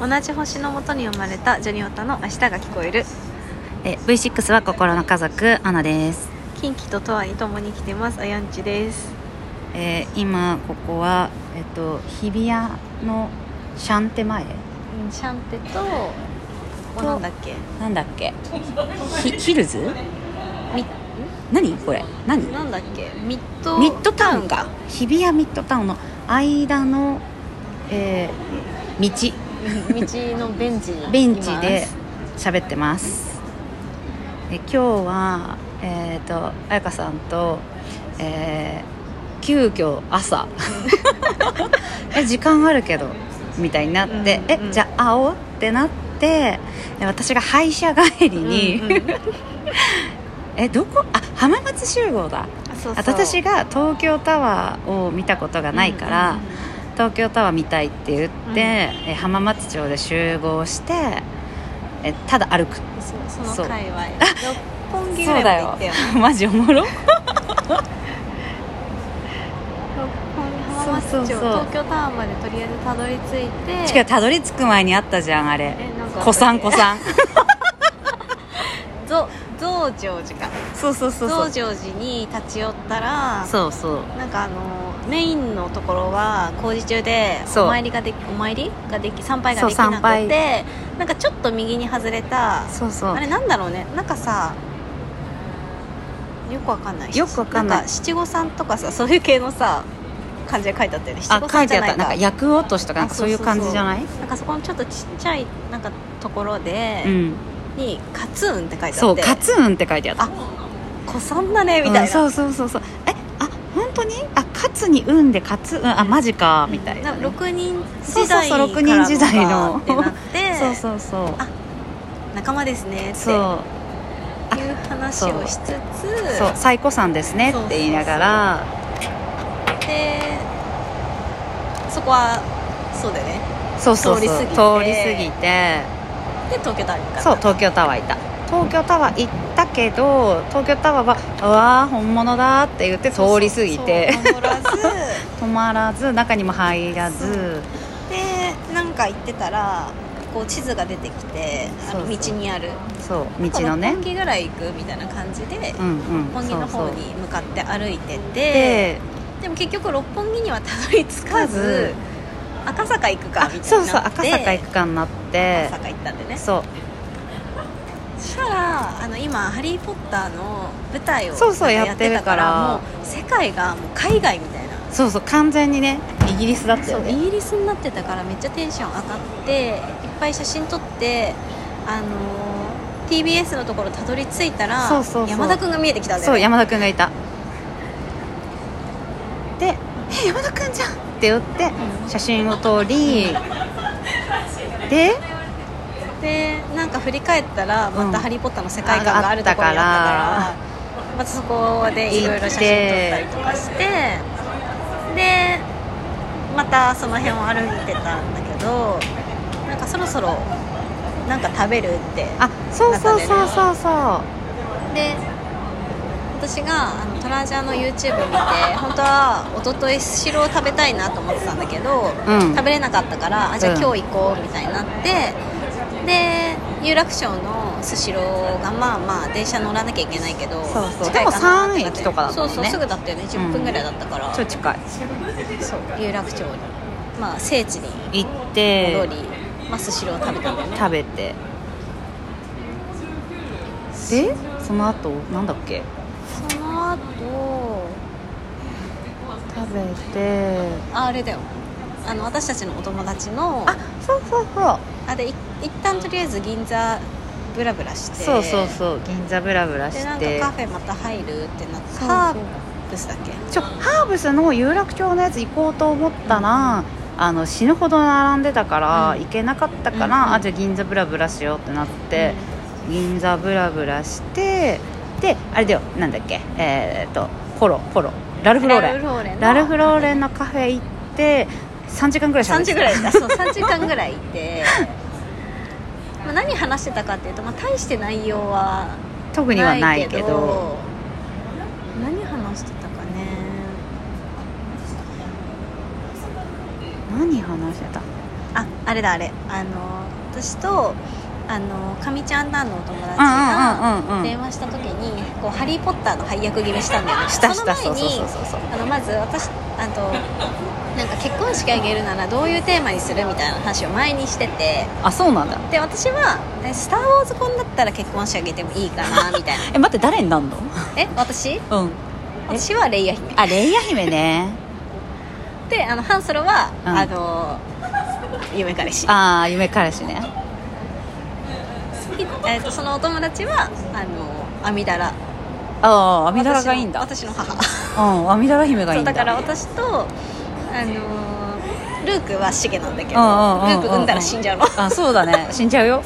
同じ星のもとに生まれたジョニオタの明日が聞こえるえ V6 は心の家族アナです、近畿ととわに共に来てますあやんちですえー今ここは、えっと、日比谷のシャンテ前うんシャンテとここなんだっけなんだっけ ひヒルズみ何これ何なんだっけミッドミッドタウンか日比谷ミッドタウンの間の、えー道道のベンチにベンチでいます喋ってます。で今日はえっ、と彩香さんと、えー急遽朝 え時間あるけどみたいになって、うんうんえじゃあ会おうってなってで私が歯医者帰りに、うんうん えどこあ浜松集合だ。あそうそうあと私が東京タワーを見たことがないから。うんうんうん東京タワー見たいって言って、うんえ浜松町で集合してえただ歩く そうそそうの界隈六本木ぐらいまで行ったよねマジおもろ六本木浜松町そうそうそう東京タワーまでとりあえずたどり着いて違うたどり着く前にあったじゃんあれえなんか子さん子 さんぞ増上寺かそうそうそうそ増う上寺に立ち寄ったらそうそうなんかあのメインのところは工事中でそうお参りができお参りができ参拝がそうできな参拝くてなんかちょっと右に外れたそうそうあれなんだろうねなんかさよくわかんないよくわかんないんか七五三とかさそういう系のさ感じで書いてあったよね七あ五書三いじてゃあっないたかなんか薬落としとかなんかあそういうそうそうそう感じじゃないなんかそこのちょっとちっちゃいなんかところで、うんに「カツーン」って書いてあっそう「てカツン」って書いてあったあ子さんだねみたいな、うんそうそうそうそうえあ本当にあカツに「うん」で「カツン」あマジかみたいなね、 6人時代そうそうそかう六人時代らののかってなって そうそうそうあ仲間ですねっていうそうあ話をしつつそう最古さんですねって言いながらでそこはそうだよねそうそうそ通うり過ぎて通り過ぎてで東京タワー行くからそう東京タワー行った東京タワー行ったけど東京タワーは「うわー本物だ」って言って通り過ぎてそうそうそう登らず止まらず中にも入らずでなんか行ってたらこう地図が出てきてあのそうそう道にあるそう道のなんねか六本木ぐらい行くみたいな感じでうんう六ん本木のそう方そうに向かって歩いててででも結局六本木にはたどり着かず赤坂行くかあみたいそうにそうなって赤坂行くかになって赤坂行ったんでねそうそしたらあの今「ハリー・ポッター」の舞台をそうそうやってたからやもっう世界がもう海外みたいなそうそう完全にねイギリスだったそようねイギリスになってたからめっちゃテンション上がっていっぱい写真撮ってあのー TBS のところたどり着いたらそうそうそう山田君が見えてきたんだよそうね山田君がいたで「え山田君じゃん!」って言ってうん写真を撮りででなんか振り返ったらまうんた「ハリー・ポッター」の世界観があるところにああったからまたそこでいろいろ写真撮ったりとかしてでまたその辺を歩いてたんだけどなんかそろそろなんか食べるってあそうそうそうそうそうで私があのトラジャーの YouTube 見て本当は一昨日スシロー食べたいなと思ってたんだけど、うん食べれなかったからあじゃうあん今日行こうみたいになって、で有楽町のスシローがまあまあ電車乗らなきゃいけないけどそうそう近いかなってでも3駅とかだっそたもんうねそうすぐだったよね10分ぐらいだったから、ちょっと近いそう有楽町に、まあ、聖地に行っ戻てり、まあ、スシローを食べたんだよね食べてでその後なんだっけその後食べてああれだよあの私たちのお友達のあそうそうそうあでい一旦とりあえず銀座ブラブラしてそうそうそう銀座ブラブラしでなんかてカフェまた入るってなってそうそうハーブスだっけちょハーブスの有楽町のやつ行こうと思ったら、あの死ぬほど並んでたから、うん行けなかったから、うんうんあじゃあ銀座ブラブラしようってなって、銀座ブラブラしてであれだよなんだっけえーっとポロポロラルフローレンローレンラルフローレンのカフェ行って3時間ぐらいしゃ3べっ時ぐてたらいだそう3時間ぐらいいてまあ何話してたかっていうと、まあ、大して内容は特にはないけど何話してたかね何話してたあああれだあれあの私とあのかみちゃん団のお友達うんうんうんうんうがん電話した時にこうハリー・ポッターの配役決めしたんだよねしたしたそそのうそう前そにうそうそうあのまず私あとなんか結婚式挙げるならどういうテーマにするみたいな話を前にしててあそうなんだで私は「えスター・ウォーズ婚だったら結婚式挙げてもいいかな」み たいなえ待って誰になんのえ私うん私はレイヤ姫あレイヤ姫ねであのハンソロは、うんあの夢彼氏 ああ夢彼氏ねえっとそのお友達はあの阿弥陀羅ああアミダラがいいんだ私の私の母うん阿弥陀羅姫がいいそんうだだから私とあのールークはシゲなんだけどルうんうんうんうんーク産んだら死んじゃうの っあそうだね 死んじゃうよ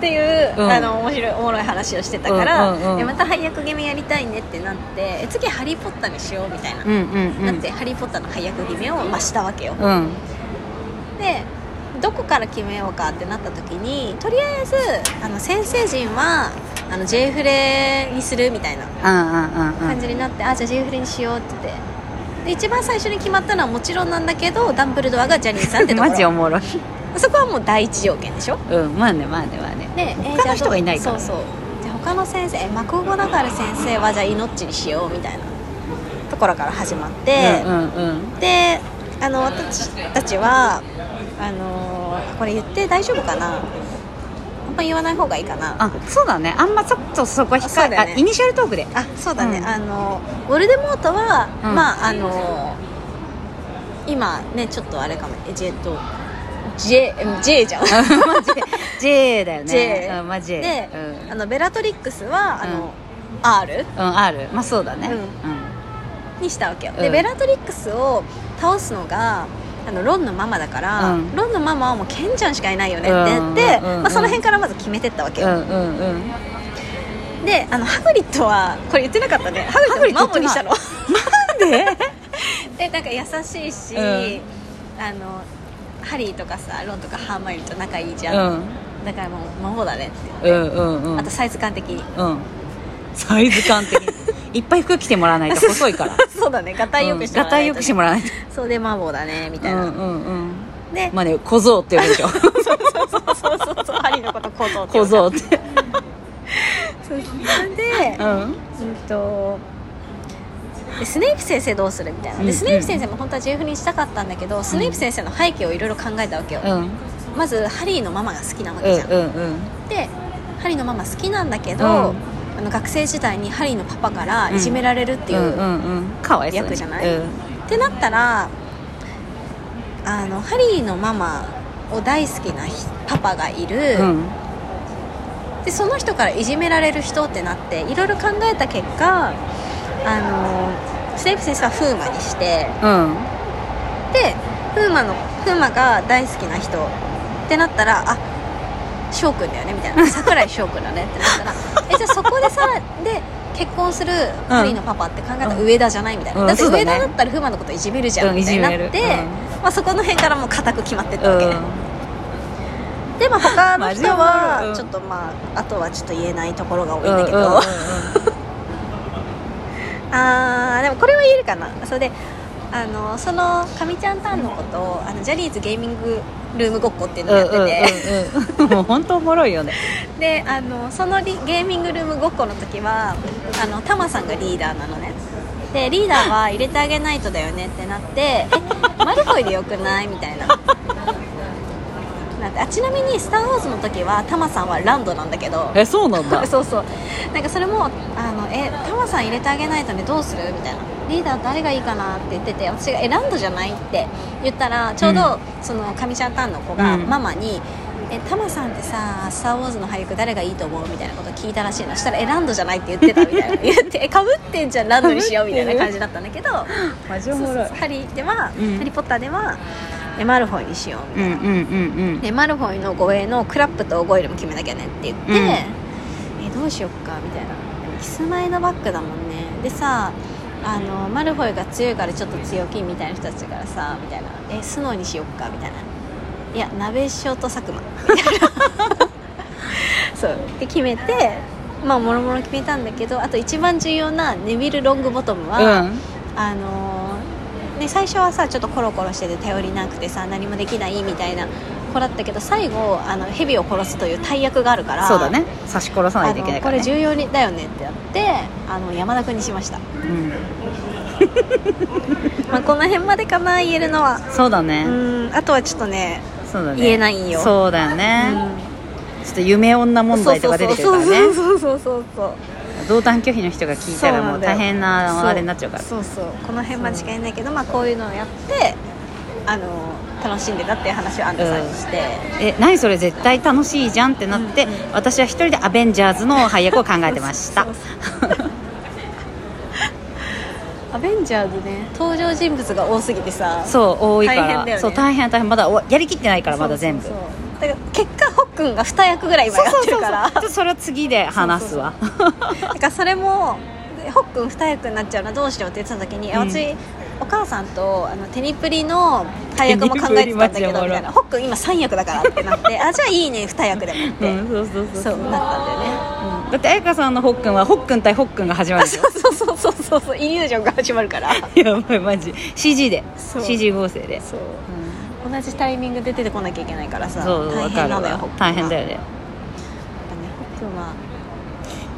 ていう、うんあの面白いおもろい話をしてたから、うんうんうんでまた配役決めやりたいねってなってえ次ハリー・ポッターにしようみたいな、うんうんうなっんてハリー・ポッターの配役決めを、まあ、したわけよ、うんでどこから決めようかってなった時にとりあえずあの先生陣はあの J フレにするみたいなうんうんうんう感んじになって、あじゃあ J フレにしようって言ってで一番最初に決まったのはもちろんなんだけどダンブルドアがジャニーさんってところ マジおもろいそこはもう第一条件でしょうんまあねまあねまあねで、えー他の人がいないからじゃあどうそうそうで他の先生えマコゴだから先生はじゃあイノッチにしようみたいなところから始まって、うんうんうんであの私たちはあのこれ言って大丈夫かなあんま言わない方がいいかなああそうだねあんまちょっとそこはあそ控うえ、だあねイニシャルト ークでそうだね、うんあのウォルデモートは、うんまああの今ねちょっとあれかもえっと J, J じゃん マジ J だよね J うんまあ J で、うんあのベラトリックスはあの、R うん、R まあそうだねううんん、にしたわけよ、うでんベラトリックスを倒すのがあのロンのママだから、うんロンのママはもうケンちゃんしかいないよねって言って、うんうんうんうんまあ、その辺からまず決めてったわけうよ、ん、うんうんうんであのハグリッドはこれ言ってなかったねハグリッドハマモグリにッド言ってないしたの ででなんか優しいし、うんあのハリーとかさロンとかハーマイオニーと仲いいじうゃん、んだからもう孫だねってうんうんうんあとサイズ感的 にうんサイズ感的にいっぱい服着てもらわないと細いからそうだねガタイよくしてもうんらわがなたいといよくしてもらわないとそうでマモだねみたいな、うんうんうんで、まあね小僧って呼ぶでし ょそうそうそうハリーのこと小僧って呼 小ぶ僧ってそうで、うんうんとでスネイプ先生どうするみたいなうんうでんスネイプ先生も本当はジェフにしたかったんだけど、スネイプ先生の背景をいろいろ考えたわけよ、うんまずハリーのママが好きなわうけんじゃん、うんうんでハリーのママ好きなんだけど、うんあの学生時代にハリーのパパからいじめられるっていう、うんうんうんかわいそうに役じゃないうんってなったらあのハリーのママを大好きなひパパがいる、うんでその人からいじめられる人ってなっていろいろ考えた結果あのスネイプ先生はフーマにしてうんでフーマのフーマが大好きな人ってなったらあ翔くんだよねみたい な桜井翔くんだねってなったらえじゃあそこでさらで結婚するハリーのパパって考えたらうん上田じゃないみたいな、うんだってそうだ上ね田だったらフーマのこといじめるじゃんうんみたいになって、いじめるうんまあ、そこの辺からもう固く決まってったわけ、うんでも他の人マジではうんちょっとまああとはちょっと言えないところが多いんうんうんだけど、うんあーでもこれは言えるかなそれであのそのかみちゃんターンのことをあのジャニーズゲーミングルームごっこっていうのをやってて、うんうんうんもう本当おもろいよねであのそのリゲーミングルームごっこの時はあのタマさんがリーダーなのねでリーダーは入れてあげないとだよねってなって「えマルコイでよくない?」みたいな。なんてあちなみに「スター・ウォーズ」の時はタマさんはランドなんだけどえそうなん だそうそうなんかそれもあのえタマさん入れてあげないとねどうするみたいなリーダー誰がいいかなって言ってて私が「えランドじゃない?」って言ったらちょうど、そのかみちゃんタンの子がうんママに「えタマさんってさ「スター・ウォーズ」の俳句誰がいいと思う?」みたいなこと聞いたらしいのそしたら「えランドじゃない?」って言ってた みたいな言って「えかぶってんじゃんランドにしよう」みたいな感じだったんだけどマジそうそうそうハリーでは、うんハリー・ポッターではえマルフォイにしようみたいな。うんうんうんでマルフォイの護衛のクラップとゴイルも決めなきゃねって言って、うんえどうしよっかみたいなでもキスマイのバッグだもんねでさあのマルフォイが強いからちょっと強気みたいな人たちだからさみたいなえスノーにしよっかみたいないや鍋ショと佐久間みたいな そうで決めてまあもろもろ決めたんだけどあと一番重要なネビル・ロングボトムは、うんあのーね、最初はさちょっとコロコロしてて頼りなくてさ何もできないみたいな子だったけど最後あの蛇を殺すという大役があるからそうだね刺し殺さないといけなあのいこから、れね、重要にだよねってやってあの山田君にしました、まあ、この辺までかな言えるのはうん、そうだね、うんあとはちょっとねそうだね言えないよそうだよね、ちょっと夢女問題とか出てくるからねそうそうそうそうそう同担拒否の人が聞いたらもう大変なあれになっちゃうからそうそうそうこの辺間違いないけど、まあ、こういうのをやってあの楽しんでたっていう話をアンナさんにして、え何それ絶対楽しいじゃんってなって、うんうん私は一人でアベンジャーズの配役を考えてましたそうそうアベンジャーズね登場人物が多すぎてさそう多いから大変だよねそう大変大変まだおやりきってないからまだ全部そそううそうそうだから結果ホックンが2役ぐらい今やってるからそうそうちょっとそれを次で話すわだからそれもでホックン二役になっちゃうなどうしようって言ってた時に、うん私お母さんとあのテニプリの配役も考えてたんだけどテニプリマジみおもろたいなホックン今三役だからってなってあじゃあいいね二役でもっうて、んそうそうそうそうなったんだよねうんだって彩香さんのホックンはホックン対ホックンが始まるじゃんそうそうそうそうそうイリュージョンが始まるからやばいマジ CG でそう CG 合成で、そううん同じタイミングで出てこなきゃいけないからさそう大わか変るなのよわホックンは大変だよねやっぱねホックンは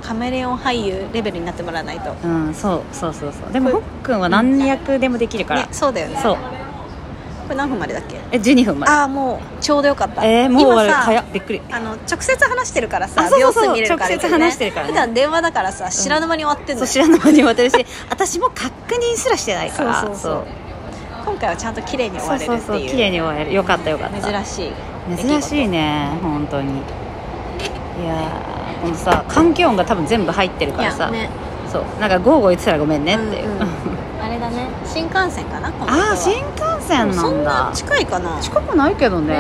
カメレオン俳優レベルになってもらわないと、うんそうそうそうそうでもホックンは何役でもできるから、ね、そうだよねそうこれ何分までだっけえ12分までああもうちょうどよかったえー、もう今終わるさ早っびっくりあの直接話してるからさあそうそうそう秒数見れるからいいよ直接話してるからね普段電話だからさ知らぬ間に終わってんのそよ、う知らぬ間に私私も確認すらしてないからそうそう今回はちゃんと綺麗に終そわうれそるっうてそういう綺麗に終えるよかったよかった珍しい珍しいね本当にいやーこのさ環境音が多分全部入ってるいからやさ、ねそうなんかゴーゴー言ってたらごめんねっていう、うんうんあれだね新幹線かなこの人は ああ新幹線そなんんなだ近いかな近くないけどね